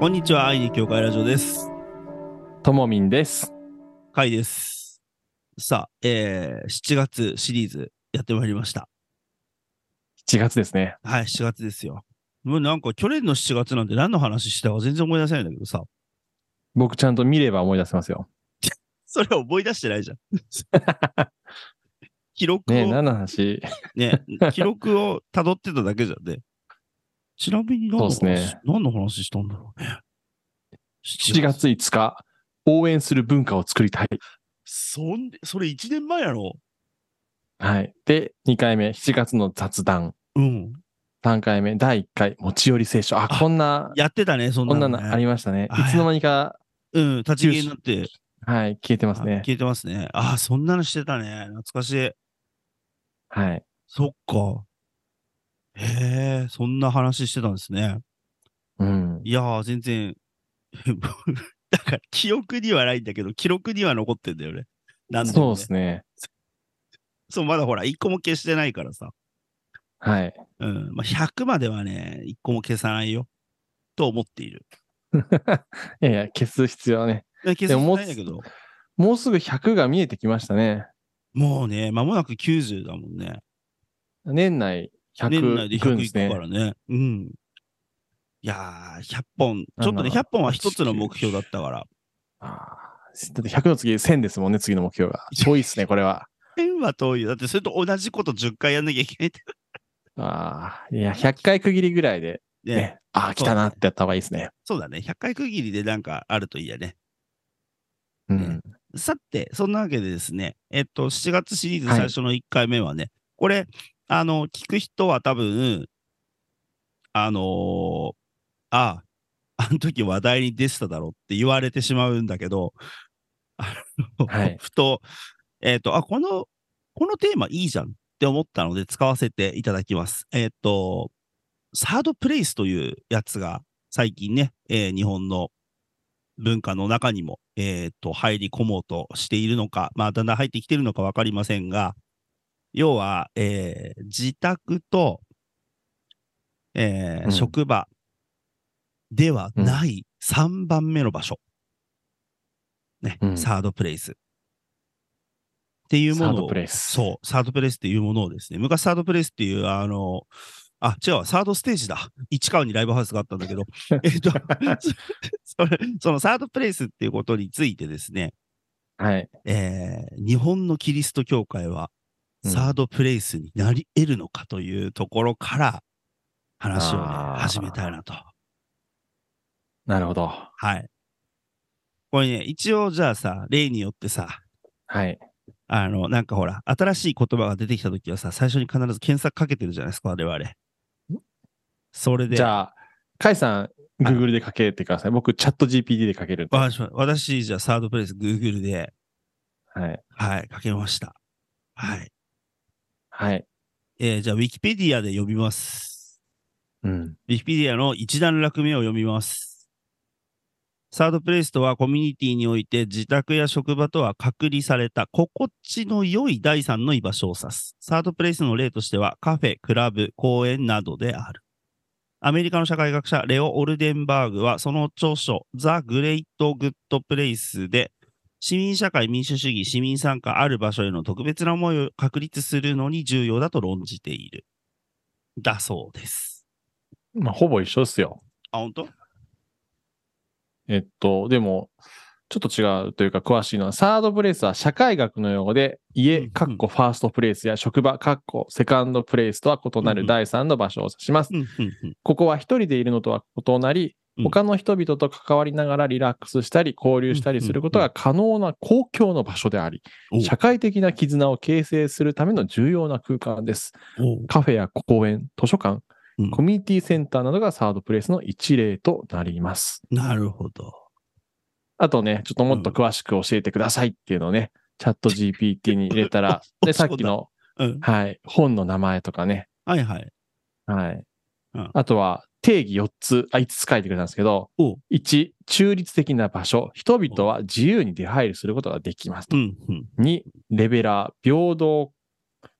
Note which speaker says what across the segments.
Speaker 1: こんにちは、愛に教会ラジオです。
Speaker 2: ともみんです。
Speaker 1: カイです。さあ、えー、7月シリーズやってまいりました。
Speaker 2: 7月ですね。
Speaker 1: はい、7月ですよ。もうなんか去年の7月なんて何の話したか全然思い出せないんだけどさ。
Speaker 2: 僕ちゃんと見れば思い出せますよ。
Speaker 1: それは思い出してないじゃん。 記録を
Speaker 2: ねえ、
Speaker 1: ね
Speaker 2: 何の 話
Speaker 1: 記録を辿ってただけじゃんね。ちなみに何の話
Speaker 2: そうですね
Speaker 1: 何の話したんだろうね。
Speaker 2: ?7 月5日、応援する文化を作りたい。
Speaker 1: そんで、それ1年前やろ
Speaker 2: はい。で、2回目、7月の雑談。
Speaker 1: うん。
Speaker 2: 3回目、第1回、持ち寄り聖書。あ、
Speaker 1: あ
Speaker 2: こんな、
Speaker 1: やってたね、そん
Speaker 2: こ
Speaker 1: なんの
Speaker 2: な
Speaker 1: ね、
Speaker 2: のありましたね。
Speaker 1: はい
Speaker 2: いつの間にか、
Speaker 1: うん、立ち消えになって。
Speaker 2: はい、消えてますね
Speaker 1: あ。聞いてますね。ああ、そんなのしてたね。懐かしい。
Speaker 2: はい。
Speaker 1: そっか。へえ、そんな話してたんですね。
Speaker 2: うん。
Speaker 1: いやー、全然。 だから、記憶にはないんだけど、記録には残ってんだよね。なんで
Speaker 2: そう
Speaker 1: も
Speaker 2: で
Speaker 1: ね。
Speaker 2: すね。
Speaker 1: そう、まだほら、一個も消してないからさ。
Speaker 2: はい。
Speaker 1: うん。まあ、100まではね、一個も消さないよ。と思っている。
Speaker 2: いやいや、消す必要はね。
Speaker 1: いや消
Speaker 2: で
Speaker 1: せ
Speaker 2: ももう
Speaker 1: ないんだけど、
Speaker 2: もうすぐ100が見えてきましたね。
Speaker 1: もうね、間もなく90だもんね。
Speaker 2: 年内
Speaker 1: 年
Speaker 2: 100
Speaker 1: 内で
Speaker 2: いくん
Speaker 1: 100
Speaker 2: で
Speaker 1: いく
Speaker 2: すね
Speaker 1: か。らね。うん。いやー、100本。ちょっとね、
Speaker 2: あの
Speaker 1: 100本は一つの目標だったから。
Speaker 2: あーだって100の次1000ですもんね、次の目標が。遠いっすね、これは。
Speaker 1: 1は遠いよ。だってそれと同じこと10回やんなきゃいけないって。
Speaker 2: ああ、いや、100回区切りぐらいで、ね、
Speaker 1: ね、
Speaker 2: ああ、来たなってやった方がいいですね。
Speaker 1: そうだね。100回区切りでなんかあるといいやね。
Speaker 2: う
Speaker 1: ね
Speaker 2: ん。
Speaker 1: さて、そんなわけでですね、えっと、7月シリーズ
Speaker 2: はい
Speaker 1: 最初の1回目はね、これ、あの、聞く人は多分、あのーああ、あの時話題に出てただろうって言われてしまうんだけど、あの
Speaker 2: はい
Speaker 1: ふと、えっ、と、あ、この、このテーマいいじゃんって思ったので使わせていただきます。えっ、と、サードプレイスというやつが最近ね、えー日本の文化の中にも、えーと、入り込もうとしているのか、まあ、だんだん入ってきてるのかわかりませんが、要は、えー自宅と、えー
Speaker 2: うん
Speaker 1: 職場ではない3番目の場所。ね、
Speaker 2: うん
Speaker 1: サードプレイス。っていうも
Speaker 2: サー
Speaker 1: の
Speaker 2: ド
Speaker 1: を
Speaker 2: プ、レイス。
Speaker 1: そう、サードプレイスっていうものをですね、昔サードプレイスっていう、あの、あ、違うわ、サードステージだ。市川にライブハウスがあったんだけ ど、えっと、 それそのサードプレイスっていうことについてですね、
Speaker 2: はい。
Speaker 1: えー日本のキリスト教会は
Speaker 2: うん
Speaker 1: サードプレイスになり得るのかというところから話をね、
Speaker 2: あー
Speaker 1: 始めたいなと。
Speaker 2: なるほど。
Speaker 1: はい。これね、一応じゃあさ、例によってさ、
Speaker 2: はい。
Speaker 1: あの、なんかほら、新しい言葉が出てきたときはさ、最初に必ず検索かけてるじゃないですか、我々。それで、
Speaker 2: じゃあ、カイさん、Google でかけてください。僕、チャット GPT でかけるんで。
Speaker 1: わか
Speaker 2: は
Speaker 1: りました私、じゃあサードプレイス、Google で、
Speaker 2: い。
Speaker 1: はい、かけました。はい。
Speaker 2: はい。
Speaker 1: えーじゃあ、ウィキペディアで読みます。
Speaker 2: うん。
Speaker 1: ウィキペディアの一段落目を読みます。サードプレイスとはコミュニティにおいて自宅や職場とは隔離された心地の良い第三の居場所を指す。サードプレイスの例としてはカフェ、クラブ、公園などである。アメリカの社会学者レオ・オルデンバーグはその著書ザ・グレイト・グッド・プレイスで市民社会民主主義市民参加ある場所への特別な思いを確立するのに重要だと論じている。だそうです。
Speaker 2: まあ、ほぼ一緒ですよ。
Speaker 1: あ、本当
Speaker 2: えっと、でも、ちょっと違うというか、詳しいのは、サードプレイスは社会学の用語で、
Speaker 1: うんう
Speaker 2: 家、
Speaker 1: ん
Speaker 2: かっこファーストプレイスや職場、かっこセカンドプレイスとは異な
Speaker 1: うんうん
Speaker 2: る第三の場所を指します。
Speaker 1: うんうんうん
Speaker 2: ここは一人でいるのとは異なり
Speaker 1: うん、
Speaker 2: 他の人々と関わりながらリラックスしたり、交流したりすることが可能な公共の場所であり
Speaker 1: おう、
Speaker 2: 社会的な絆を形成するための重要な空間です。
Speaker 1: おう
Speaker 2: カフェや公園、図書館
Speaker 1: うん、
Speaker 2: コミュニティセンターなどがサードプレイスの一例となります。
Speaker 1: なるほど。、
Speaker 2: あとね、ちょっともっと詳しく教えてくださいっていうのをね、チャット GPT に入れたら で、さっきの、
Speaker 1: うん。
Speaker 2: はい、本の名前とかね、
Speaker 1: はいはい。
Speaker 2: はい
Speaker 1: うん。
Speaker 2: あとは、定義4つ、あ、5つ書いてくれたんですけど
Speaker 1: おう、
Speaker 2: 1、中立的な場所、人々は自由に出入りすることができます
Speaker 1: う
Speaker 2: と。
Speaker 1: んうん。
Speaker 2: 2、レベラー、平等、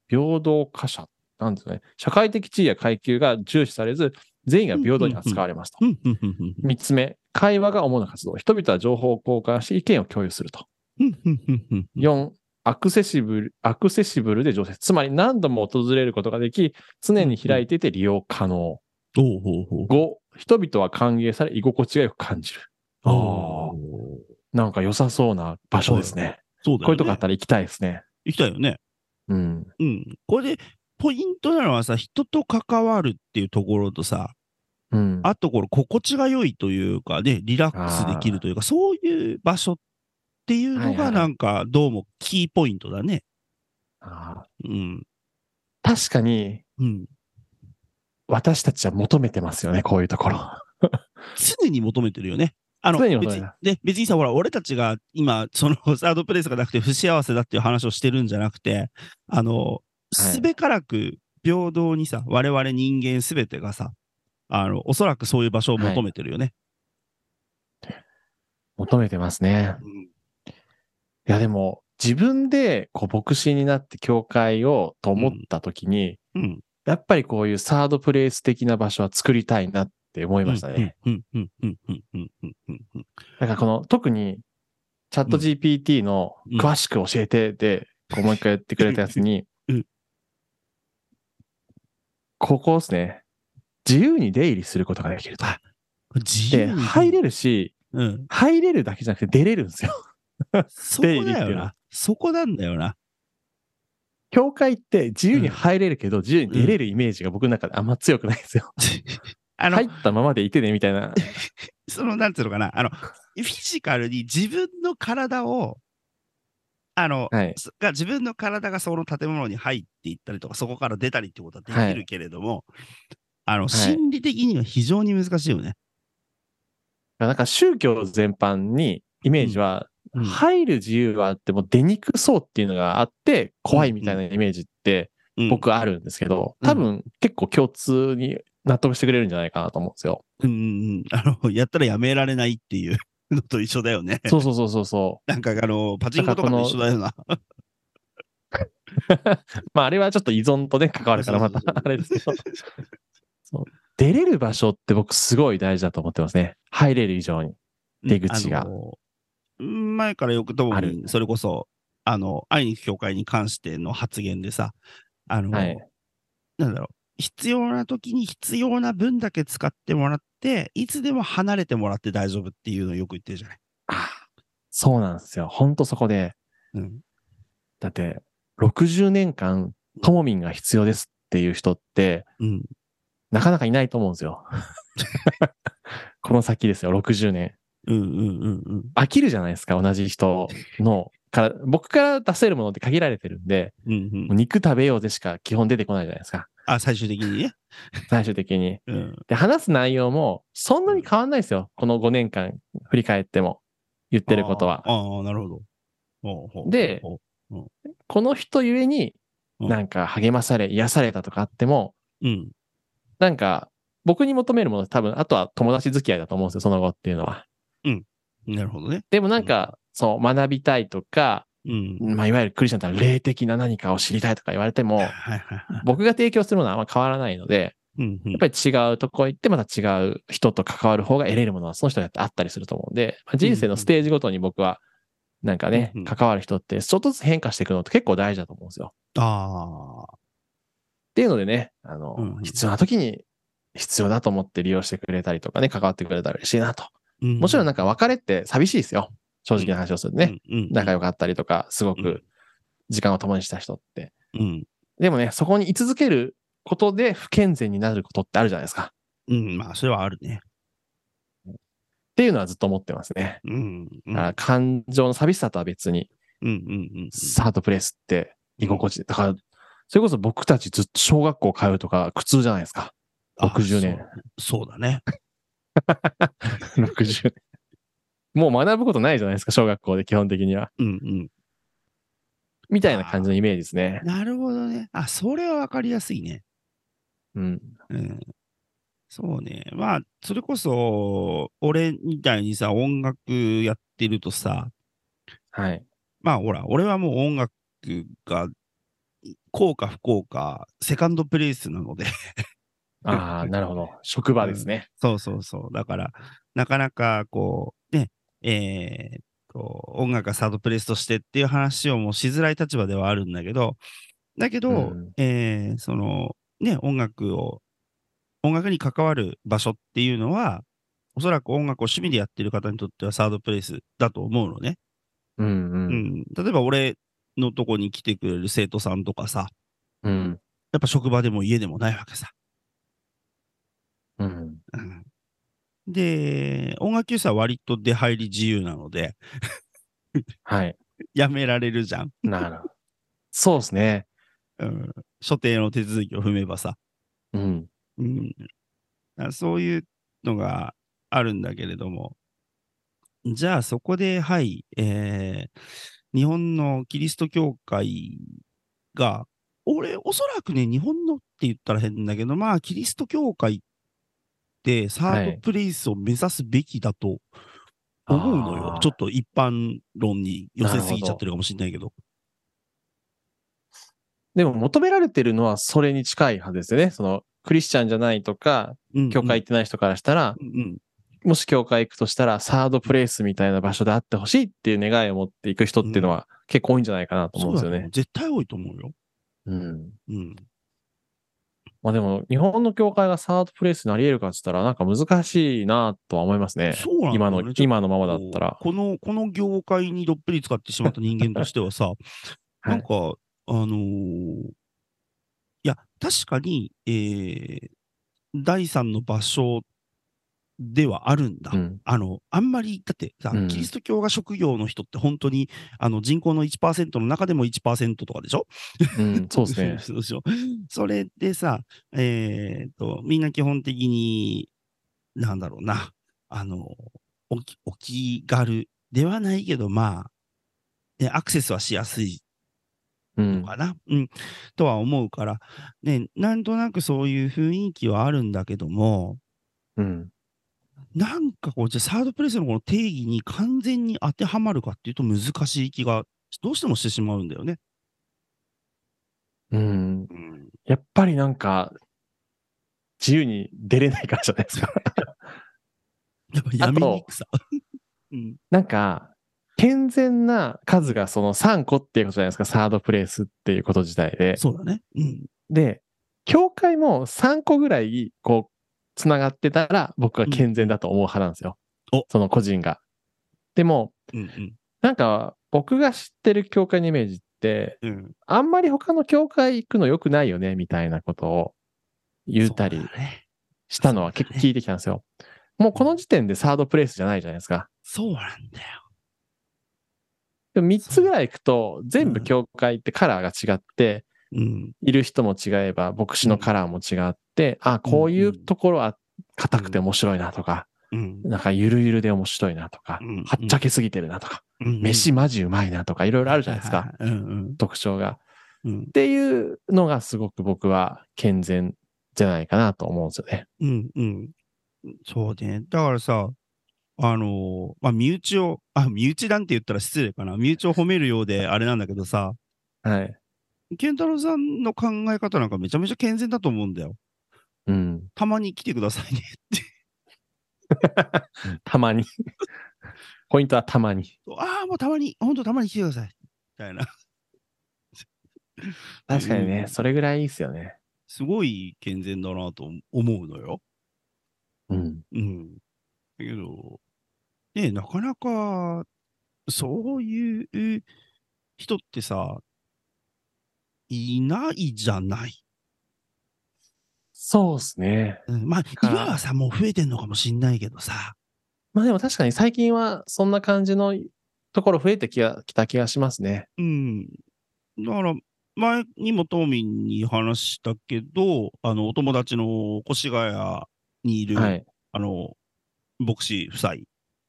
Speaker 2: 平等化者、なんですかね。社会的地位や階級が重視されず、全員が平等に扱われますと。
Speaker 1: うんうんうんうん
Speaker 2: 3つ目、会話が主な活動。人々は情報を交換して意見を共有すると。
Speaker 1: うんうんうんうんうん
Speaker 2: 4、アクセシブル、アクセシブルで常設。つまり何度も訪れることができ、常に開いていて利用可能。
Speaker 1: ほうほうほう。
Speaker 2: 5、人々は歓迎され、居心地がよく感じる。あーなんか良さそうな場所ですね。
Speaker 1: そうだよね。
Speaker 2: こういうとこあったら行きたいですね。
Speaker 1: 行きたいよね。
Speaker 2: うん。
Speaker 1: うん。これで、ポイントなのはさ、人と関わるっていうところとさ、
Speaker 2: うん。
Speaker 1: あとこれ、心地が良いというかね、リラックスできるというか、そういう場所っていうの
Speaker 2: はいは
Speaker 1: が、
Speaker 2: い
Speaker 1: なんか、どうもキーポイントだね。
Speaker 2: あー
Speaker 1: うん。
Speaker 2: 確かに、
Speaker 1: うん。
Speaker 2: 私たちは求めてますよね、こういうところ。
Speaker 1: 常に求めてるよね。あの
Speaker 2: 常に求
Speaker 1: 別
Speaker 2: め
Speaker 1: に
Speaker 2: る
Speaker 1: で別にさ、ほら、俺たちが今、そのサードプレイスがなくて不幸せだっていう話をしてるんじゃなくて、あの、
Speaker 2: はい
Speaker 1: すべからく平等にさ、我々人間すべてがさ、あの、おそらくそういう場所を求めてるよね。
Speaker 2: 求めてますね。
Speaker 1: うん
Speaker 2: いや、でも、自分で、こう、牧師になって教会をと思った時に、
Speaker 1: うん。
Speaker 2: やっぱりこういうサードプレイス的な場所は作りたいなって思いましたね。
Speaker 1: うん。うん。うん。うん。うん。うん。うん。うん。
Speaker 2: なんかこの、特に、チャット GPT の
Speaker 1: うん
Speaker 2: 詳しく教えてで、こうもう一回やってくれたやつに
Speaker 1: うん、
Speaker 2: ここですね。自由に出入りすることができると。
Speaker 1: 自
Speaker 2: で、
Speaker 1: 由に
Speaker 2: 入れるし、
Speaker 1: うん。
Speaker 2: 入れるだけじゃなくて出れるんですよ。
Speaker 1: そこ
Speaker 2: 出入りって
Speaker 1: だ
Speaker 2: いう
Speaker 1: よ
Speaker 2: のは
Speaker 1: な。そこなんだよな。
Speaker 2: 教会って自由に入れるけど、自由に出れるイメージが僕の中であんま強くないんですよ。
Speaker 1: あの、
Speaker 2: 入ったままでいてね、みたいな。
Speaker 1: その、なんていうのかな、あの、フィジカルに自分の体を、あの、
Speaker 2: はい。
Speaker 1: そが自分の体がその建物に入っていったりとか、そこから出たりってことはできるけれども、あの、心理的には非常に難しいよね。
Speaker 2: なんか宗教全般にイメージは、
Speaker 1: うん
Speaker 2: 入る自由はあっても出にくそうっていうのがあって、怖いみたいなイメージって
Speaker 1: うん、
Speaker 2: 僕あるんですけど、
Speaker 1: うん
Speaker 2: 多分結構共通に納得してくれるんじゃないかなと思うんですよ。
Speaker 1: うんうん、あの、やったらやめられないっていうのと一緒だよね。
Speaker 2: そうそうそうそうそ
Speaker 1: なんか、あの、パチンコとかと一緒だよな。
Speaker 2: う。まああれはちょっと依存とね、関わるからまた
Speaker 1: そうそうそう
Speaker 2: あれですけど。そう出れる場所って僕すごい大事だと思ってますね。入れる以上に。出口が
Speaker 1: あの前からよくとも
Speaker 2: ある
Speaker 1: それこそ、あの、愛に行く教会に関しての発言でさ、あの、
Speaker 2: はい
Speaker 1: なんだろう、必要な時に必要な分だけ使ってもらって、いつでも離れてもらって大丈夫っていうのをよく言ってるじゃない。
Speaker 2: そうなんですよ。ほんとそこで。
Speaker 1: うん。
Speaker 2: だって、60年間、ともみんが必要ですっていう人って、
Speaker 1: うん。
Speaker 2: なかなかいないと思うんですよ。 この先ですよ、60年。
Speaker 1: うんうんうんうん。
Speaker 2: 飽きるじゃないですか、同じ人の。から僕から出せるものって限られてるんで、
Speaker 1: うんう
Speaker 2: も
Speaker 1: ん
Speaker 2: う、肉食べようでしか基本出てこないじゃないですか、
Speaker 1: あ、最終的にね。
Speaker 2: 最終的に。
Speaker 1: うん。
Speaker 2: で、話す内容もそんなに変わんないですよ、この5年間振り返っても、言ってることは。
Speaker 1: あーあー、なるほど。ほうほう
Speaker 2: で
Speaker 1: ほう
Speaker 2: この人ゆえに、
Speaker 1: うん
Speaker 2: なんか励まされ、癒されたとかあっても、
Speaker 1: うん。
Speaker 2: なんか、僕に求めるもの多分、あとは友達付き合いだと思うんですよ、その後っていうのは。
Speaker 1: なるほどね。
Speaker 2: でもなんか、そう、学びたいとか、
Speaker 1: うん。
Speaker 2: まあ、いわゆるクリスチャンだったら霊的な何かを知りたいとか言われて も
Speaker 1: はい、はいはい。
Speaker 2: 僕が提供するものはあんま変わらないので、
Speaker 1: うんうん
Speaker 2: やっぱり違うとこ行って、また違う人と関わる方が得れるものはその人によってあったりすると思うんで、まあ人生のステージごとに僕は、なんかね
Speaker 1: うんうん、
Speaker 2: 関わる人って、ちょっとずつ変化していくのって結構大事だと思うんですよ。
Speaker 1: ああ。
Speaker 2: っていうのでね、あの、
Speaker 1: うんうん
Speaker 2: 必要な時に、必要だと思って利用してくれたりとかね、関わってくれたら嬉しいなと。も
Speaker 1: も
Speaker 2: ちろんなん
Speaker 1: か
Speaker 2: か別れって寂しいですよ。正直な話をするとね。。
Speaker 1: うんうんうん
Speaker 2: 仲良かったりとか、すご
Speaker 1: うん
Speaker 2: く時間を共にした人って。
Speaker 1: うん。
Speaker 2: でもね、そこに居続けることで不健全になることってあるじゃないですか。っ
Speaker 1: うん、まあ、それはあるね。
Speaker 2: ていうのはずっと思ってますね。
Speaker 1: うん。うん
Speaker 2: だから感情の寂しさとは別に、
Speaker 1: うんうんうん。
Speaker 2: サードプレスって居心地。だから、それこそ僕たちずっと小学校通うとか苦痛じゃないですか。
Speaker 1: あ
Speaker 2: 60年。
Speaker 1: そうそうだね。
Speaker 2: 60年。もう学ぶことないじゃないですか、小学校で基本的には。
Speaker 1: うん
Speaker 2: みたいな感じのイメージですね
Speaker 1: うん。。なるほどね。あ、それはわかりやすいね。
Speaker 2: うん。
Speaker 1: うん。そうね。まあ、それこそ、俺みたいにさ、音楽やってるとさ、
Speaker 2: はい。
Speaker 1: まあ、ほら、俺はもう音楽が、こうか不幸か、セカンドプレイスなので、
Speaker 2: ああ、なるほど。職場ですね。
Speaker 1: そうそうそう。だから、なかなかこう、ね、えーこう音楽がサードプレイスとしてっていう話をもうしづらい立場ではあるんだけど、だけど、
Speaker 2: うん
Speaker 1: えーその、ね、音楽を、音楽に関わる場所っていうのは、おそらく音楽を趣味でやってる方にとってはサードプレイスだと思うのね。
Speaker 2: うんう。
Speaker 1: うんん。例えば俺のとこに来てくれる生徒さんとかさ、
Speaker 2: うん。
Speaker 1: やっぱ職場でも家でもないわけさ。
Speaker 2: うん。
Speaker 1: うんで、音楽教室は割と出入り自由なので、
Speaker 2: はい。
Speaker 1: やめられるじゃん。
Speaker 2: なるほど。そうですね。
Speaker 1: うん、所定の手続きを踏めばさ。
Speaker 2: うん。
Speaker 1: うん、だからそういうのがあるんだけれども、じゃあそこで、はい、えー日本のキリスト教会が、俺、おそらくね、日本のって言ったら変だけど、まあ、キリスト教会ってサ
Speaker 2: は
Speaker 1: ー
Speaker 2: い
Speaker 1: ドプレイスを目指すべきだと思うのよ。
Speaker 2: あー
Speaker 1: ちょっと一般論に寄せすぎちゃってるかもしれないけど。
Speaker 2: でも求められてるのはそれに近いはずですよね。その、クリスチャンじゃないとか、
Speaker 1: うんうん
Speaker 2: 教会行ってない人からしたら、
Speaker 1: うんうん
Speaker 2: もし教会行くとしたら、サードプレイスみたいな場所であってほしいっていう願いを持っていく人っていうのは結構多いんじゃないかなと思うんですよ
Speaker 1: そうだ
Speaker 2: ね。
Speaker 1: 絶対多いと思うよ。
Speaker 2: うん。
Speaker 1: うん。
Speaker 2: まあでも、日本の教会がサードプレイスになり得るかって言ったら、なんか難しいなとは思いますね。
Speaker 1: そうなんだよね
Speaker 2: 今の、
Speaker 1: ちょっと
Speaker 2: 今のままだったら。
Speaker 1: この、この業界にどっぷり使ってしまった人間としては さ、
Speaker 2: い
Speaker 1: なんか、あのーいや、確かに、えー第三の場所ではあるんだ。
Speaker 2: うん。
Speaker 1: あの、あんまり、だってさ、
Speaker 2: うん
Speaker 1: キリスト教が職業の人って本当に、あの、人口の1%の中でも1%とかでしょ。
Speaker 2: うん、そうですね
Speaker 1: そうでしょそれでさ、えー、と、みんな基本的に、なんだろうな、あの、おきお気軽ではないけど、まあ、ね、アクセスはしやすい
Speaker 2: うん
Speaker 1: の。かな、うん、とは思うから、ね、なんとなくそういう雰囲気はあるんだけども、
Speaker 2: うん。
Speaker 1: なんかこう、じゃあサードプレイスのこの定義に完全に当てはまるかっていうと難しい気が、どうしてもしてしまうんだよね。
Speaker 2: うん。
Speaker 1: うん、
Speaker 2: やっぱりなんか、自由に出れないからじゃないですか。
Speaker 1: やっぱやめにくさ。 うん
Speaker 2: なんか、健全な数がその3個っていうことじゃないですか。サードプレイスっていうこと自体で。
Speaker 1: そうだね。うん。
Speaker 2: で、教会も3個ぐらい、こう、つながってたら、僕は健全だと思う派なんです
Speaker 1: う
Speaker 2: よ。
Speaker 1: んお
Speaker 2: その個人が。でも、
Speaker 1: うんうん。
Speaker 2: なんか、僕が知ってる教会のイメージって、
Speaker 1: うん
Speaker 2: あんまり他の教会行くの良くないよね、みたいなことを言ったり
Speaker 1: そうだね。
Speaker 2: したのは結構聞いてきたんですよ。もうこの時点でサードプレイスじゃないじゃないですか。
Speaker 1: そうなんだよ。
Speaker 2: でも3つぐらい行くと、全部教会ってカラーが違って、
Speaker 1: うん。
Speaker 2: いる人も違えば、牧師のカラーも違って、あ、こういうところは硬くて面白いなとか、
Speaker 1: うん。
Speaker 2: なんかゆるゆるで面白いなとか
Speaker 1: うん、
Speaker 2: はっちゃけすぎてるなとか、
Speaker 1: うん
Speaker 2: 飯マジうまいなとか、いろいろあるじゃないですか、。
Speaker 1: うんうん
Speaker 2: 特徴が。
Speaker 1: うん
Speaker 2: っ。ていうのがすごく僕は健全じゃないかなと思うんですよね。
Speaker 1: うんうん。そうね。だからさ、あのーまあ、身内を、あ、身内なんて言ったら失礼かな。身内を褒めるようであれなんだけどさ、
Speaker 2: はい。
Speaker 1: 健太郎さんの考え方なんかめちゃめちゃ健全だと思うんだよ。
Speaker 2: うん。
Speaker 1: たまに来てくださいね って。
Speaker 2: た まに。ポイントはたまに。
Speaker 1: ああ、もうたまに、ほんとたまに来てください。みたいな。
Speaker 2: 確かに
Speaker 1: う
Speaker 2: ね
Speaker 1: ん、
Speaker 2: それぐらいいいですよね。
Speaker 1: すごい健全だなと思うのよ。
Speaker 2: うん。
Speaker 1: うん。だけど、ねなかなか、そういう人ってさ、いないじゃない。
Speaker 2: そうですね。
Speaker 1: うんまあ、
Speaker 2: から
Speaker 1: 今はさ、もう増えてんのかもしんないけどさ。
Speaker 2: まあでも確かに最近はそんな感じのところ増えてきがきた気がしますね。
Speaker 1: うん。だから、前にもトーミンに話したけど、あの、お友達の越谷にいる、
Speaker 2: はい。
Speaker 1: あの、牧師夫妻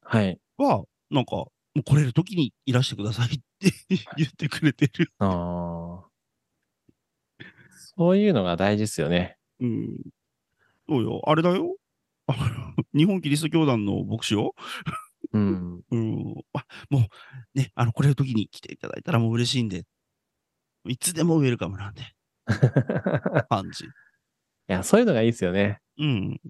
Speaker 2: はい。
Speaker 1: は、なんか、もう来れる時にいらしてくださいって 言ってくれてる。
Speaker 2: あーそういうのが大事ですよね。
Speaker 1: うん。そうよ。あれだよ。 あの日本キリスト教団の牧師を、
Speaker 2: うん。
Speaker 1: うん、あもうね、あの、これの時に来ていただいたらもう嬉し いんで、いつでもウェルカムなんで、感じ。
Speaker 2: や、そういうのがいいですよね。
Speaker 1: うん。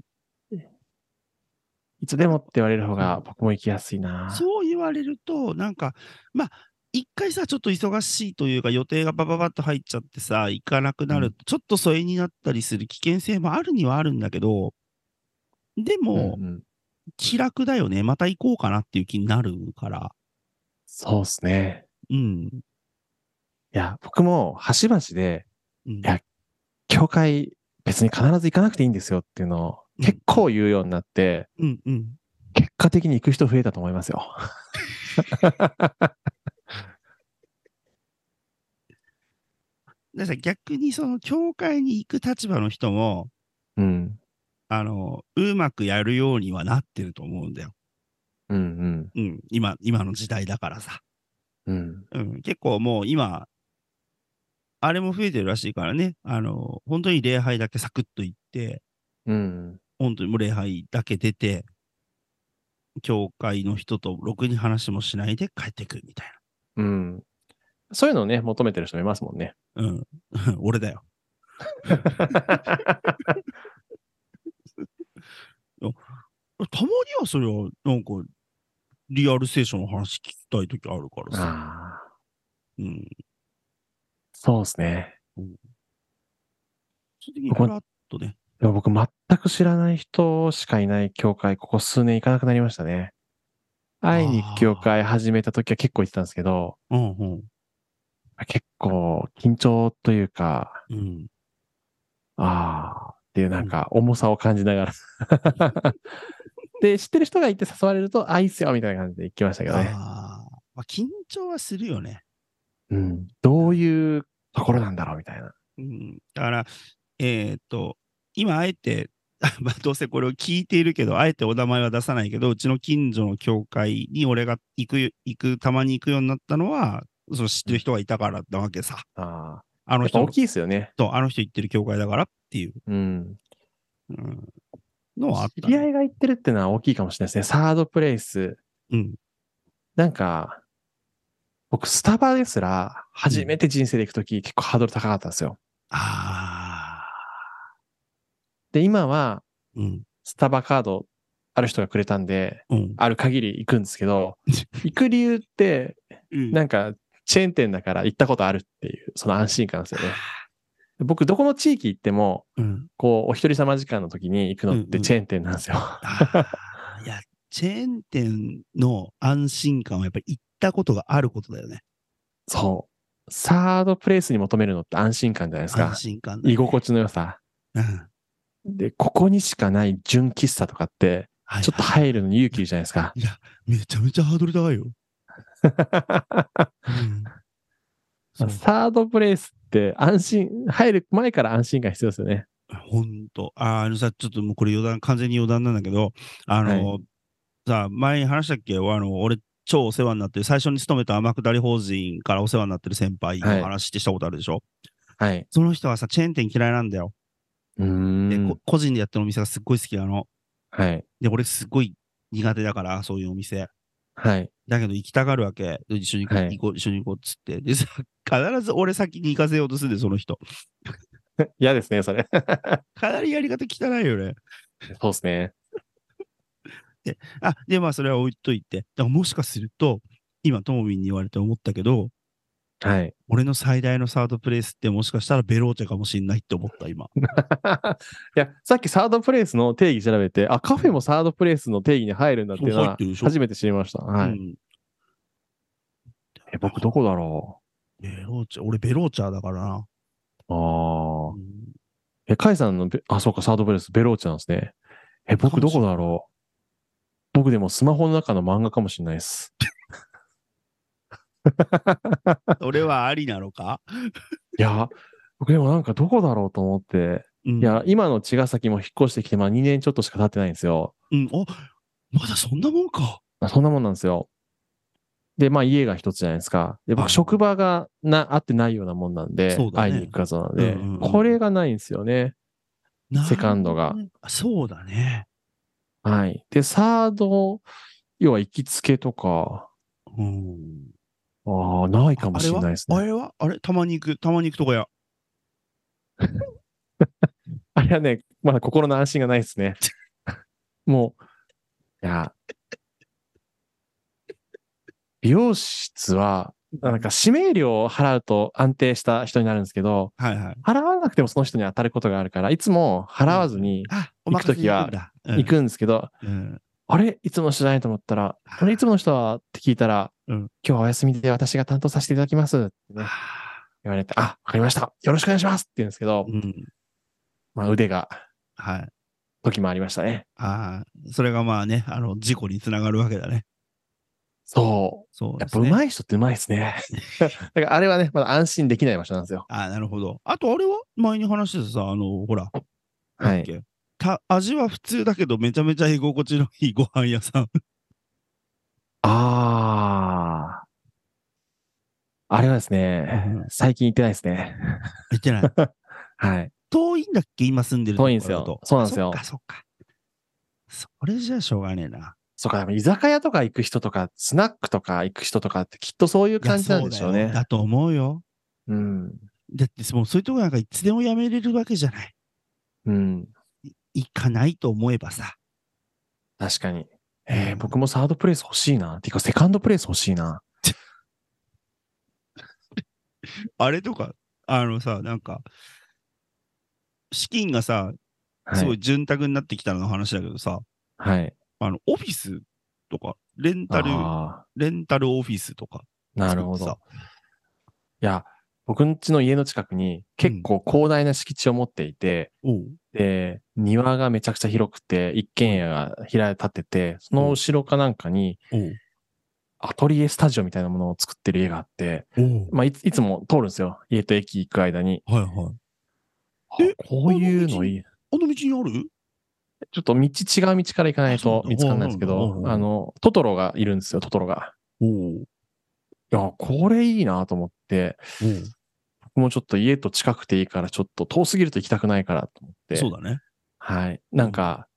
Speaker 2: いつでもって言われる方が僕も行きやすいな。
Speaker 1: そう言われると、なんか、まあ、一回さ、ちょっと忙しいというか、予定がバババッと入っちゃってさ、行かなくなると、ちょっと疎遠になったりする危険性もあるにはあるんだけど、でも、
Speaker 2: うんうん
Speaker 1: 気楽だよね。また行こうかなっていう気になるから。
Speaker 2: そうですね。
Speaker 1: うん。
Speaker 2: いや、僕も端々で、
Speaker 1: うん
Speaker 2: や教会別に必ず行かなくていいんですよっていうのを
Speaker 1: うん
Speaker 2: 結構言うようになって、
Speaker 1: うんうん。
Speaker 2: 結果的に行く人増えたと思いますよ。
Speaker 1: だから逆にその教会に行く立場の人も、
Speaker 2: うん。
Speaker 1: あの、うまくやるようにはなってると思うんだよ。
Speaker 2: うんうん。
Speaker 1: うん。今、今の時代だからさ。
Speaker 2: うん。
Speaker 1: うん。結構もう今、あれも増えてるらしいからね。あの、本当に礼拝だけサクッと行って、
Speaker 2: うん。
Speaker 1: 本当にもう礼拝だけ出て、教会の人とろくに話もしないで帰ってくみたい
Speaker 2: うん。そういうのをね、求めてる人もいますも んね。
Speaker 1: な。うん。俺だよ。たまにはそれは、なんか、リアル聖書の話聞きたいときあるからさ。
Speaker 2: ああ、
Speaker 1: うん。
Speaker 2: そうですね。
Speaker 1: その時にふらっとね。
Speaker 2: でも僕、全く知らない人しかいない教会、ここ数年行かなくなりましたね。会いに行く教会始めた時は結構行ってたんですけど、
Speaker 1: うんうん。
Speaker 2: 結構緊張というか、
Speaker 1: うん。
Speaker 2: ああ、っていうなんか重さを感じながら。 で、知ってる人がいて誘われると、あ、いいっすよ、みたいな感じで行きましたけどね。
Speaker 1: あーまあ、緊張はするよね。
Speaker 2: うん。どういうところなんだろう、みたいな。
Speaker 1: うん。だから、えーっと、今、あえて、 まあ、どうせこれを聞いているけど、あえてお名前は出さないけど、うちの近所の教会に俺が行く、行く、たまに行くようになったのは、その知ってる人がいたからなわけさ。
Speaker 2: あ
Speaker 1: あ
Speaker 2: あ。
Speaker 1: の
Speaker 2: やっぱ
Speaker 1: 人の
Speaker 2: 大きいですよね。
Speaker 1: と、あの人行ってる教会だからっていう、
Speaker 2: うん。
Speaker 1: うん、のはあった
Speaker 2: 知
Speaker 1: ね、
Speaker 2: り合いが行ってるってのは大きいかもしれないですね。サードプレイス。
Speaker 1: うん。
Speaker 2: なんか、僕、スタバですら、初めて人生で行くとき、結構ハードル高かったんですよ。
Speaker 1: ああ。
Speaker 2: で、今は、
Speaker 1: うん。
Speaker 2: スタバカード、ある人がくれたんで、
Speaker 1: うん。
Speaker 2: ある限り行くんです けど、行く理由って、なんか、チェーン店だから行ったことあるっていう、その安心感ですよね。僕、どこの地域行っても、
Speaker 1: うん。
Speaker 2: こう、お一人様時間の時に行くのっ
Speaker 1: うんう
Speaker 2: て
Speaker 1: ん
Speaker 2: チェーン店なんですよ。
Speaker 1: あ ーいや、チェーン店の安心感はやっぱり行ったことがあることだよね。
Speaker 2: そう。サードプレイスに求めるのって安心感じゃないですか
Speaker 1: 安。心感だね、
Speaker 2: 居心地の良さ。
Speaker 1: うん
Speaker 2: で、ここにしかない純喫茶とかって、
Speaker 1: はい
Speaker 2: ちょっと入るのに勇気いるじゃないです か。
Speaker 1: いや、めちゃめちゃハードル高いよ。 うんそう
Speaker 2: サードプレイスって安心、入る前から安心感必要ですよね。
Speaker 1: ほんと。あーあのさ、ちょっともうこれ余談、完全に余談なんだけど、あの、さ、前に話したっけあの、俺、超お世話になってる、最初に勤めた天下り法人からお世話になってる先輩の話ってしたことあるでしょ、
Speaker 2: はい。
Speaker 1: その人はさ、チェーン店嫌いなんだよ。
Speaker 2: うー
Speaker 1: で、
Speaker 2: ん
Speaker 1: こ。個人でやってるお店がすっごい好きなの。
Speaker 2: はい。
Speaker 1: で、俺すごい苦手だから、そういうお店。
Speaker 2: はい。
Speaker 1: だけど行きたがるわけ。で一緒に行こう、
Speaker 2: はい
Speaker 1: 行こう一緒に行こうっつって。でさ、必ず俺先に行かせようとするんで、その人。
Speaker 2: 嫌ですね、それ。
Speaker 1: かなりやり方汚いよね。
Speaker 2: そうですね。
Speaker 1: あ、で、まあそれは置いといて。だからもしかすると、今、ともみんに言われて思ったけど、
Speaker 2: はい。
Speaker 1: 俺の最大のサードプレイスってもしかしたらベローチェかもしんないって思った、今。
Speaker 2: いや、さっきサードプレイスの定義調べて、あ、カフェもサードプレイスの定義に入るんだっていうの
Speaker 1: そう入
Speaker 2: は
Speaker 1: ってるでしょ
Speaker 2: 初めて知りました。はい。
Speaker 1: うん
Speaker 2: え、僕どこだろ
Speaker 1: ベローチェ、俺ベローチャーだからな。
Speaker 2: うあ
Speaker 1: う
Speaker 2: あ。
Speaker 1: ん
Speaker 2: え、カイさんのベ、あ、そうか、サードプレイス、ベローチェなんですね。え、僕どこだろう僕でもスマホの中の漫画かもしれないです。
Speaker 1: 俺はありなのか
Speaker 2: いや、僕でもなんかどこだろうと思って、
Speaker 1: い
Speaker 2: い、や、今の茅ヶ崎も引っ越してきて、まあ2年ちょっとしか経ってないんですよ。
Speaker 1: うん、おまだそんなもんか。
Speaker 2: あそんなもんなんですよ。で、まあ家が一つじゃないですか。で、
Speaker 1: あ
Speaker 2: 僕職場がな、合ってないようなもんなんで、
Speaker 1: そうだね
Speaker 2: 会いに行く活動なんで、
Speaker 1: うんうんうん
Speaker 2: これがないんですよね。
Speaker 1: なるほどね
Speaker 2: セカンドが。
Speaker 1: そうだね。
Speaker 2: はい。で、サード、要は行きつけとか、
Speaker 1: うん。
Speaker 2: ああ、ないかもしれないです
Speaker 1: あ
Speaker 2: ね。
Speaker 1: れはあれはあれたまに行く、たまに行くとこや。
Speaker 2: ああれはね、まだ心の安心がないですね。 もう、いや、美容室は、なんか指名料を払うと安定した人になるんですけど、
Speaker 1: はいはい。
Speaker 2: 払わなくてもその人に当たることがあるから、いつも払わずに
Speaker 1: あ、お
Speaker 2: 行く
Speaker 1: 任
Speaker 2: と
Speaker 1: せ
Speaker 2: き
Speaker 1: に
Speaker 2: は
Speaker 1: 行くんだ。うん
Speaker 2: 行くんですけど、
Speaker 1: うん
Speaker 2: あれいつもの人じゃないと思ったら、あれいつもの人はって聞いたら、
Speaker 1: うん
Speaker 2: 今日はお休みで私が担当させていただきますってね、
Speaker 1: あ
Speaker 2: 言われて、あ、わかりました。よろしくお願いしますって言うんですけど
Speaker 1: ー、うん。
Speaker 2: まあ腕が、
Speaker 1: はい。
Speaker 2: 時もありましたね。
Speaker 1: ああ、それがまあね、あの、事故につながるわけだね。
Speaker 2: そう。
Speaker 1: そう
Speaker 2: や
Speaker 1: で
Speaker 2: っ
Speaker 1: す
Speaker 2: ぱ
Speaker 1: ね。
Speaker 2: 上手い人って上手いですね。 だからあれはね、まだ安心できない場所なんですよ。
Speaker 1: ああ、なるほど。あと、あれは前に話してたさ、あの、ほら、
Speaker 2: は
Speaker 1: なんだっ
Speaker 2: い。
Speaker 1: けた味は普通だけど、めちゃめちゃ居心地のいいご飯屋 さん。
Speaker 2: ああ。あれはですね
Speaker 1: うん、
Speaker 2: 最近行ってないですね。
Speaker 1: 行ってない。
Speaker 2: はい。
Speaker 1: 遠いんだっけ今住んでるとこ
Speaker 2: 遠いんですよ
Speaker 1: だと
Speaker 2: そうなんですよ
Speaker 1: そっか、そっか。それじゃしょうがねえな。
Speaker 2: そうか、でも居酒屋とか行く人とか、スナックとか行く人とかってきっとそうい
Speaker 1: いや
Speaker 2: う感じなんでし
Speaker 1: そ
Speaker 2: ょう
Speaker 1: だ
Speaker 2: ね
Speaker 1: よ。だと思うよ。
Speaker 2: うん。
Speaker 1: だって、もうそういうとこなんかいつでもやめれるわけじゃない。
Speaker 2: うん。
Speaker 1: 行かないと思えばさ。
Speaker 2: 確かに。えー、僕もサードプレイス欲しいな。ていうか、セカンドプレイス欲しいな。
Speaker 1: あれとか、あのさ、なんか、資金がさ、
Speaker 2: はい。
Speaker 1: すごい潤沢になってきたのの話だけどさ、
Speaker 2: はい。
Speaker 1: あの、オフィスとか、レンタル、
Speaker 2: あ
Speaker 1: レンタルオフィスとか。
Speaker 2: ーなるほど
Speaker 1: さ。
Speaker 2: いや、僕ん家の家の近くに結構広大な敷地を持っていて、
Speaker 1: おう
Speaker 2: で、庭がめちゃくちゃ広くて、一軒家が平ら立ってて、その後ろかなんかに
Speaker 1: おう
Speaker 2: アトリエスタジオみたいなものを作ってる家があって、
Speaker 1: お
Speaker 2: まあ、いついつも通るんですよ。家と駅行く間に。
Speaker 1: はいはい。
Speaker 2: あ
Speaker 1: え
Speaker 2: こういうのいい。
Speaker 1: あの道にある
Speaker 2: ちょっと道違う道から行かないと
Speaker 1: あそうなんだ
Speaker 2: 見つからないんですけ
Speaker 1: うんうんう
Speaker 2: ど
Speaker 1: んう、ん
Speaker 2: あの、トトロがいるんですよ、トトロが。
Speaker 1: おう
Speaker 2: いや、これいいなと思って、
Speaker 1: おう
Speaker 2: 僕もちょっと家と近くていいから、ちょっと遠すぎると行きたくないからと思って。
Speaker 1: そうだね。
Speaker 2: はい。なんか、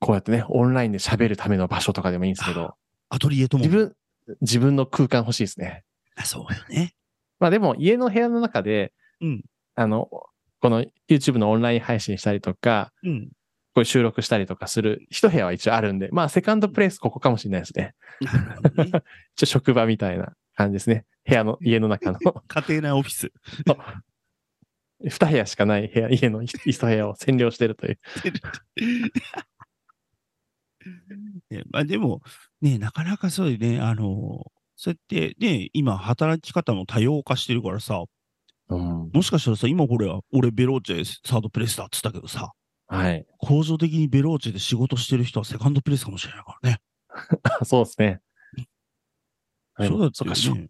Speaker 2: こうやってね、オンラインで喋るための場所とかでもいいんですけど、
Speaker 1: アトリエとも。
Speaker 2: 自分、自分の空間欲しいですね。
Speaker 1: あそうよね。
Speaker 2: まあでも、家の部屋の中で、
Speaker 1: うん
Speaker 2: あの、この YouTube のオンライン配信したりとか、
Speaker 1: うん。
Speaker 2: こういう収録したりとかする一部屋は一応あるんで、まあセカンドプレイスここかもしれないですね。
Speaker 1: なるほどね。
Speaker 2: 一応職場みたいな感じですね。部屋の、家の中の
Speaker 1: 家庭内オフィス。
Speaker 2: 二部屋しかない部屋、家の一一部屋を占領してるという。
Speaker 1: ねまあ、でも、ね、なかなかそういうね、あの、そうやってね、今、働き方も多様化してるからさ、
Speaker 2: うん。
Speaker 1: もしかしたらさ、今これ、俺、ベローチェサードプレスだっつったけどさ、
Speaker 2: はい。
Speaker 1: 構造的にベローチェで仕事してる人はセカンドプレスかもしれないからね。
Speaker 2: あ そうですね。
Speaker 1: そうだって
Speaker 2: そっか、
Speaker 1: よ
Speaker 2: しょ
Speaker 1: ね。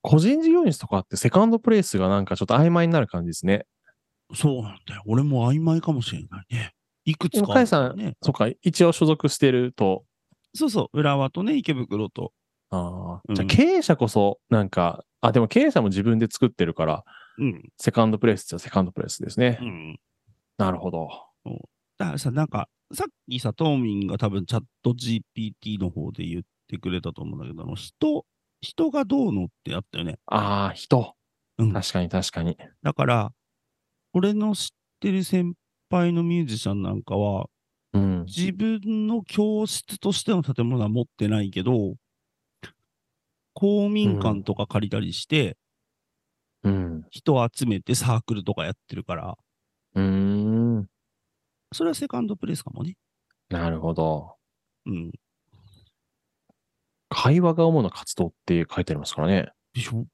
Speaker 2: 個人事業主とかってセカンドプレイスがなんかちょっと曖昧になる感じですね。
Speaker 1: そうなんだよ。俺も曖昧かもしれないね。いくつか、ね。
Speaker 2: 向井さんそっか、一応所属してると。
Speaker 1: そうそう。浦和とね、池袋と。
Speaker 2: あ
Speaker 1: う
Speaker 2: あ。
Speaker 1: ん
Speaker 2: じゃあ経営者こそ、なんか、あ、でも経営者も自分で作ってるから、
Speaker 1: うん。
Speaker 2: セカンドプレイスじゃセカンドプレイスですね。
Speaker 1: うん。
Speaker 2: なるほど。
Speaker 1: だからさ、なんか、さっきさ、トーミンが多分チャット GPT の方で言ってくれたと思うんだけど、あの、人、人がどうのってあったよね。
Speaker 2: ああ、人。
Speaker 1: うん。
Speaker 2: 確かに確かに。
Speaker 1: だから、俺の知ってる先輩のミュージシャンなんかは、
Speaker 2: うん。
Speaker 1: 自分の教室としての建物は持ってないけど、公民館とか借りたりして、
Speaker 2: うん。
Speaker 1: 人を集めてサークルとかやってるから、
Speaker 2: うーん。
Speaker 1: それはセカンドプレイスかもね。
Speaker 2: なるほど。
Speaker 1: うん。
Speaker 2: 会話が主な活動って書いてありますからね。
Speaker 1: でしょ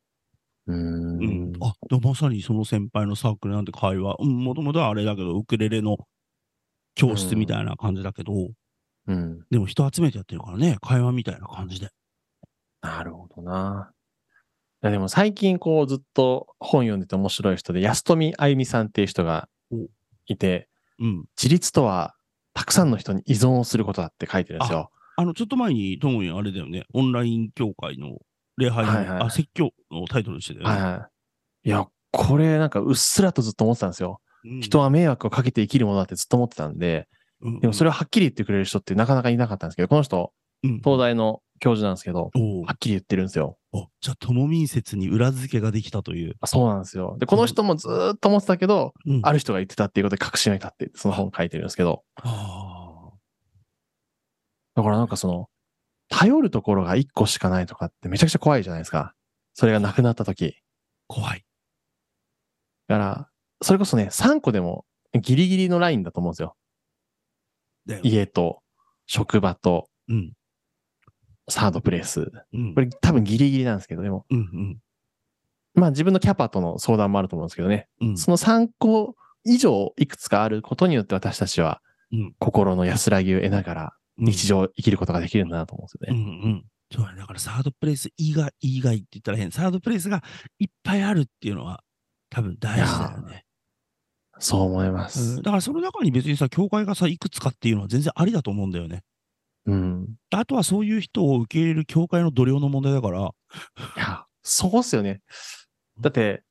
Speaker 2: う
Speaker 1: う
Speaker 2: ー
Speaker 1: んん。。あ、でもまさにその先輩のサークルなんて会話、うん、もともとはあれだけど、ウクレレの教室みたいな感じだけど、
Speaker 2: うん。
Speaker 1: でも人集めてやってるからね、会話みたいな感じで。
Speaker 2: なるほどな。いやでも最近こうずっと本読んでて面白い人で、安富あゆみさんっていう人が
Speaker 1: お
Speaker 2: いて、
Speaker 1: うん。
Speaker 2: 自立とはたくさんの人に依存をすることだって書いてるんですよ。
Speaker 1: あの、ちょっと前に、ともにあれだよね、オンライン協会の礼拝の、
Speaker 2: はいはい
Speaker 1: あ、説教のタイトルにしてたよね。
Speaker 2: はい。いや、これなんかうっすらとずっと思ってたんですよ。
Speaker 1: うん
Speaker 2: 人は迷惑をかけて生きるものだってずっと思ってたんで、
Speaker 1: うん
Speaker 2: でもそれをはっきり言ってくれる人ってなかなかいなかったんですけど、この人、
Speaker 1: うん
Speaker 2: 東大の教授なんですけど、
Speaker 1: お
Speaker 2: はっきり言ってるんですよ。
Speaker 1: おじゃあ、ともみん説に裏付けができたという。
Speaker 2: あそうなんですよ。で、この人もずーっと思ってたけど、
Speaker 1: うん
Speaker 2: ある人が言ってたっていうことで確信がいたって、その本書いてるんですけど、
Speaker 1: あ
Speaker 2: だからなんかその、頼るところが一個しかないとかってめちゃくちゃ怖いじゃないですか。それがなくなった時。
Speaker 1: 怖い。
Speaker 2: だから、それこそね、3個でもギリギリのラインだと思うんですよ。
Speaker 1: だよ。
Speaker 2: 家と、職場と、
Speaker 1: うん。
Speaker 2: サードプレイス。
Speaker 1: うん
Speaker 2: こ。れ多分ギリギリなんですけど、でも、
Speaker 1: うん。うん
Speaker 2: まあ自分のキャパとの相談もあると思うんですけどね。
Speaker 1: うん。
Speaker 2: その3個以上いくつかあることによって私たちは
Speaker 1: うん
Speaker 2: 心の安らぎを得ながら日
Speaker 1: 常。
Speaker 2: 常を生きることができるんだなと思うんで
Speaker 1: う
Speaker 2: すよ
Speaker 1: ん。
Speaker 2: ね。
Speaker 1: うん。そうだねだから、サードプレイス以外、以外って言ったら変。サードプレイスがいっぱいあるっていうのは、多分大事だよね。
Speaker 2: そう思いま
Speaker 1: うん
Speaker 2: す。
Speaker 1: だから、その中に別にさ、教会がさ、いくつかっていうのは全然ありだと思うんだよね。
Speaker 2: うん。
Speaker 1: あとはそういう人を受け入れる教会の度量の問題だから、
Speaker 2: いや、そうっすよね。だって、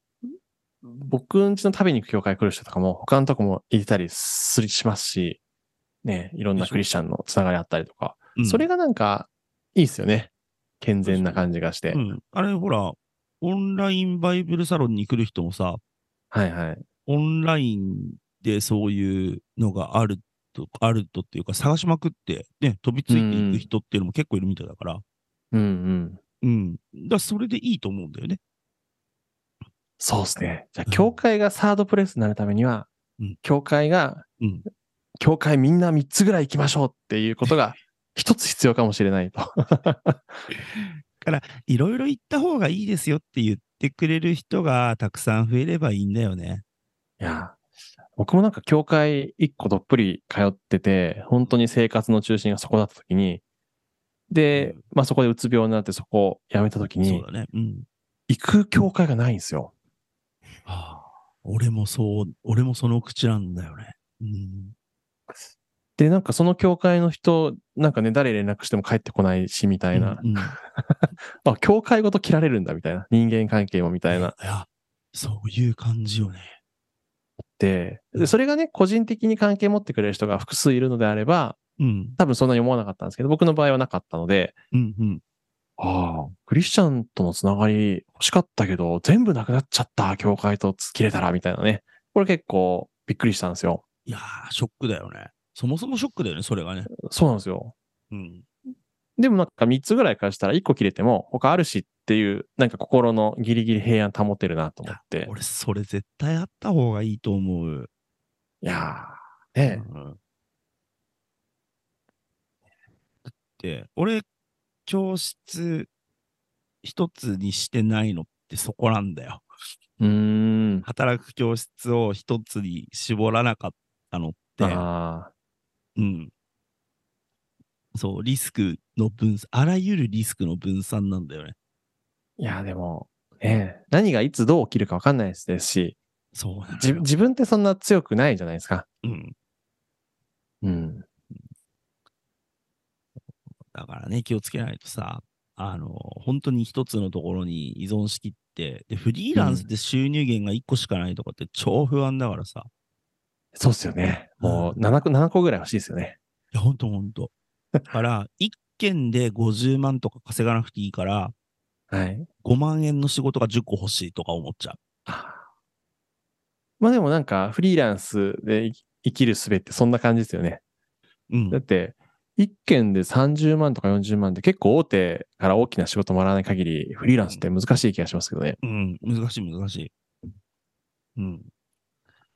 Speaker 2: 僕ん家の食べに行く教会来る人とかも、他のとこもいたりするしますし、ね、いろんなクリスチャンのつながりあったりとか、
Speaker 1: うん
Speaker 2: それがなんか、いいっすよね。健全な感じがして。
Speaker 1: うん、あれほら、オンラインバイブルサロンに来る人もさ、
Speaker 2: はいはい。
Speaker 1: オンラインでそういうのがあると、あるとっていうか、探しまくって、ね、飛びついていく人っていうのも結構いるみたいだから、
Speaker 2: うんうん。
Speaker 1: うん。だからそれでいいと思うんだよね。
Speaker 2: そうっすね。じゃ
Speaker 1: う
Speaker 2: あ、
Speaker 1: ん
Speaker 2: 教会がサードプレイスになるためには
Speaker 1: うん、
Speaker 2: 教会が
Speaker 1: うん、
Speaker 2: 教会みんな3つぐらい行きましょうっていうこと が、一つ必要かもしれないと。
Speaker 1: いろいろ行った方がいいですよって言ってくれる人がたくさん増えればいいんだよね。
Speaker 2: いや、僕もなんか教会一個どっぷり通ってて、本当に生活の中心がそこだった時に、で
Speaker 1: う、
Speaker 2: まあそこでうつ病になってそこを辞めた時
Speaker 1: そう
Speaker 2: に、
Speaker 1: だね。うん。
Speaker 2: 行く教会がないんですよ。
Speaker 1: はあ、俺もそう、俺もその口なんだよね。うん。
Speaker 2: で、なんかその教会の人、なんかね、誰連絡しても帰ってこないし、みたいな
Speaker 1: う。んうん
Speaker 2: あ、教会ごと切られるんだ、みたいな。人間関係も、みたいな。
Speaker 1: いや、そういう感じよね。
Speaker 2: で、でそれがね、個人的に関係持ってくれる人が複数いるのであれば、
Speaker 1: うん。
Speaker 2: 多分そんなに思わなかったんですけど、僕の場合はなかったので、
Speaker 1: うんうん。
Speaker 2: ああ、クリスチャンとのつながり欲しかったけど、全部なくなっちゃった、教会と切れたら、みたいなね。これ結構びっくりしたんですよ。
Speaker 1: いやー、ショックだよね。そもそもショックだよね、それがね。
Speaker 2: そうなんですよ。
Speaker 1: うん。
Speaker 2: でもなんか3つぐらい返したら1個切れても、他あるしっていう、なんか心のギリギリ平安保てるなと思って。
Speaker 1: 俺、それ絶対あった方がいいと思う。
Speaker 2: いやー、
Speaker 1: う
Speaker 2: ね
Speaker 1: んだって、俺、教室一つにしてないのってそこなんだよ。
Speaker 2: うーん。
Speaker 1: 働く教室を一つに絞らなかったのって。
Speaker 2: ああ、
Speaker 1: うん。そう、リスクの分散、あらゆるリスクの分散なんだよね。
Speaker 2: いやーでも、ね何がいつどう起きるか分かんないですし、
Speaker 1: そうなのよ
Speaker 2: じ自分ってそんな強くないじゃないですか。
Speaker 1: うん。
Speaker 2: うん。
Speaker 1: だからね、気をつけないとさ、あの、本当に一つのところに依存しきって、で、フリーランスで収入源が一個しかないとかって超不安だからさ。
Speaker 2: そうっすよね。もう7個、7個ぐらい欲しいですよね。
Speaker 1: いや、ほんとほんと。だから、 一件で50万とか稼がなくていいから、
Speaker 2: はい。
Speaker 1: 5万円の仕事が10個欲しいとか思っちゃう。
Speaker 2: まあでもなんかフリーランスで生き生きる術ってそんな感じですよね。
Speaker 1: うん
Speaker 2: だっ。て一件で30万とか40万って結構大手から大きな仕事もらわない限りフリーランスって難しい気がしますけどね。
Speaker 1: うん、難しい難しい。うん。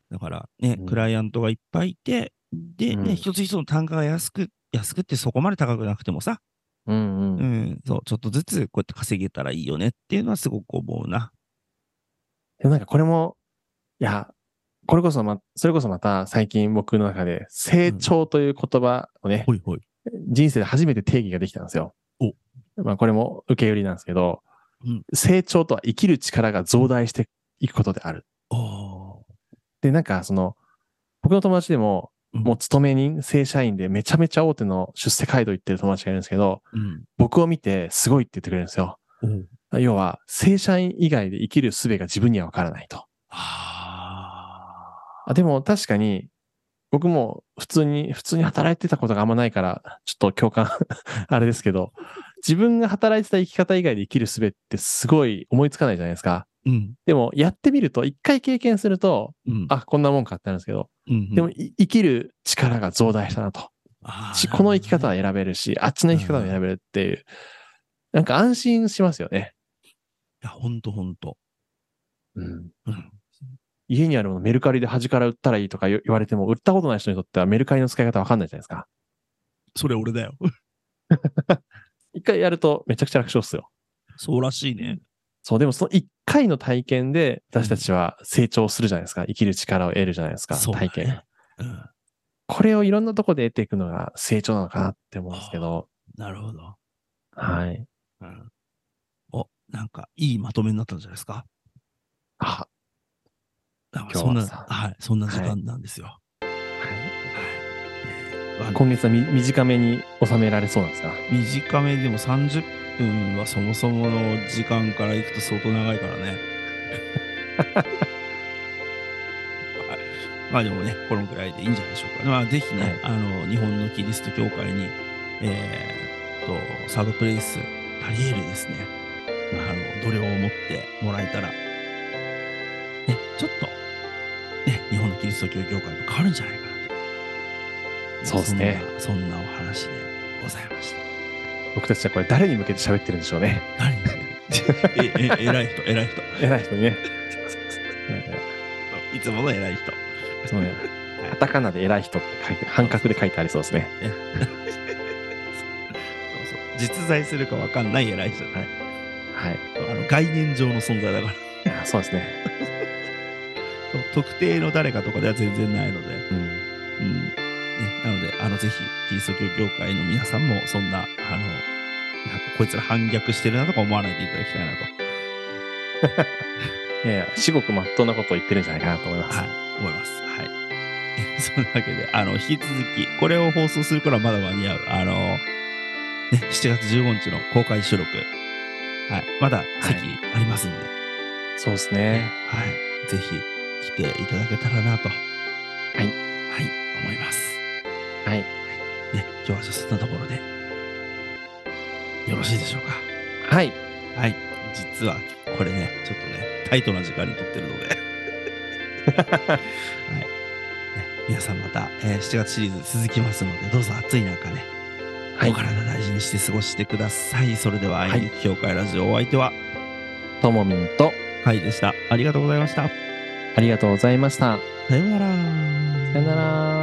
Speaker 1: だからね、
Speaker 2: うん
Speaker 1: クライアントがいっぱいいて、で、
Speaker 2: うん
Speaker 1: ね、一つ一つの単価が安く、安くってそこまで高くなくてもさ、
Speaker 2: うんう。
Speaker 1: うんん、そう、ちょっとずつこうやって稼げたらいいよねっていうのはすごく思うな。
Speaker 2: でもなんかこれも、いや、これこそま、それこそまた最近僕の中で成長という言葉をね、
Speaker 1: ほいほい。
Speaker 2: 人生で初めて定義ができたんですよ。
Speaker 1: お
Speaker 2: まあこれも受け売りなんですけど、
Speaker 1: うん
Speaker 2: 成長とは生きる力が増大していくことである。
Speaker 1: おお
Speaker 2: で、なんかその、僕の友達でも、
Speaker 1: うん
Speaker 2: もう勤め人、正社員でめちゃめちゃ大手の出世街道行ってる友達がいるんですけど、
Speaker 1: ー。うん。
Speaker 2: 僕を見てすごいって言ってくれるんですよ。
Speaker 1: おー
Speaker 2: 要は、正社員以外で生きる術が自分にはわからないと。
Speaker 1: あ
Speaker 2: あでも確かに、僕 も普通に、普通に働いてたことがあんまないから、ちょっと共感、あれですけど、自分が働いてた生き方以外で生きる術ってすごい思いつかないじゃないですか。
Speaker 1: うん。
Speaker 2: でも、やってみると、一回経験すると、
Speaker 1: うん。
Speaker 2: あ、こんなもんかってなるんですけど、
Speaker 1: うん、
Speaker 2: でも、い生きる力が増大したなと。
Speaker 1: あー、
Speaker 2: しこの生き方は選べるし、あっちの生き方は選べるっていう、なんか安心しますよね。
Speaker 1: いや、ほんとほんと。
Speaker 2: うん
Speaker 1: うん
Speaker 2: 家にあるものメルカリで端から売ったらいいとか言言われても、売ったことない人にとってはメルカリの使い方わかんないじゃないですか。
Speaker 1: それ俺だよ。
Speaker 2: 一回やるとめちゃくちゃ楽勝っすよ。
Speaker 1: そうらしいね。
Speaker 2: そう、でもその一回の体験で私たちは成長するじゃないですか。生きる力を得るじゃないですか。
Speaker 1: そうだね
Speaker 2: 体験。
Speaker 1: うん。
Speaker 2: これをいろんなとこで得ていくのが成長なのかなって思うんですけど。
Speaker 1: なるほど。
Speaker 2: はい。
Speaker 1: うん。お、なんか、いいまとめになったんじゃないですか。
Speaker 2: あ、
Speaker 1: なんか
Speaker 2: 今日は
Speaker 1: そんな、
Speaker 2: さ
Speaker 1: はい、そんな時間なんですよ。
Speaker 2: は
Speaker 1: はいい。
Speaker 2: 今月はみ短めに収められそうなんですか
Speaker 1: 短めでも30分はそもそもの時間からいくと相当長いから ね。はいまあでもね、このぐらいでいいんじゃないでしょうか。まあぜひね、
Speaker 2: はい
Speaker 1: あの、日本のキリスト教会に、えーっと、サードプレイス、タリエールですね。あの、度量を持ってもらえたら、ね、ちょっと、ね、日本のキリスト教業界と変わるんじゃないかなと。
Speaker 2: そうですね
Speaker 1: そんな。そんなお話でございました。
Speaker 2: 僕たちはこれ誰に向けて喋ってるんでしょうね。
Speaker 1: 何 え、え、偉い人、偉い人。
Speaker 2: 偉い人にね。
Speaker 1: いつもの偉い人。
Speaker 2: そうね。カタカナで偉い人って書いて、半角で書いてありそうですね。
Speaker 1: そうそう。実在するかわかんない偉い人じゃない。
Speaker 2: はい。
Speaker 1: あの概念上の存在だから。
Speaker 2: あそうですね。
Speaker 1: 特定の誰かとかでは全然ないので。
Speaker 2: うん。
Speaker 1: うん。ね、なので、あの、ぜひ、キリスト教業界の皆さんも、そんな、あの、なんか、こいつら反逆してるなとか思わないでいただきたいなと、
Speaker 2: いやいや、至極真っ当なことを言ってるんじゃないかなと思います。
Speaker 1: はい、思います。はい。 えそんなわけで、あの、引き続き、これを放送する頃はまだ間に合う。あの、ね、7月15日の公開収録。はい。まだ席ありますんで。
Speaker 2: そうです
Speaker 1: ね
Speaker 2: ね。
Speaker 1: はい。ぜひ来ていただけたらなと。はいはい、思います。
Speaker 2: はい。
Speaker 1: ね、今日はじゃあそんなところで。よろしいでしょうか。
Speaker 2: はい。
Speaker 1: はい。実は、これね、ちょっとね、タイトな時間に撮ってるので。はい。ね、皆さんまた、えー7月シリーズ続きますので、どうぞ暑い中ね、
Speaker 2: はい
Speaker 1: お。体大事にして過ごしてください。それでは、
Speaker 2: い
Speaker 1: 愛肉協会ラジオお相手は、
Speaker 2: ともみんと、
Speaker 1: カイでした。ありがとうございました。
Speaker 2: ありがとうございました。
Speaker 1: さようなら。
Speaker 2: さよなら。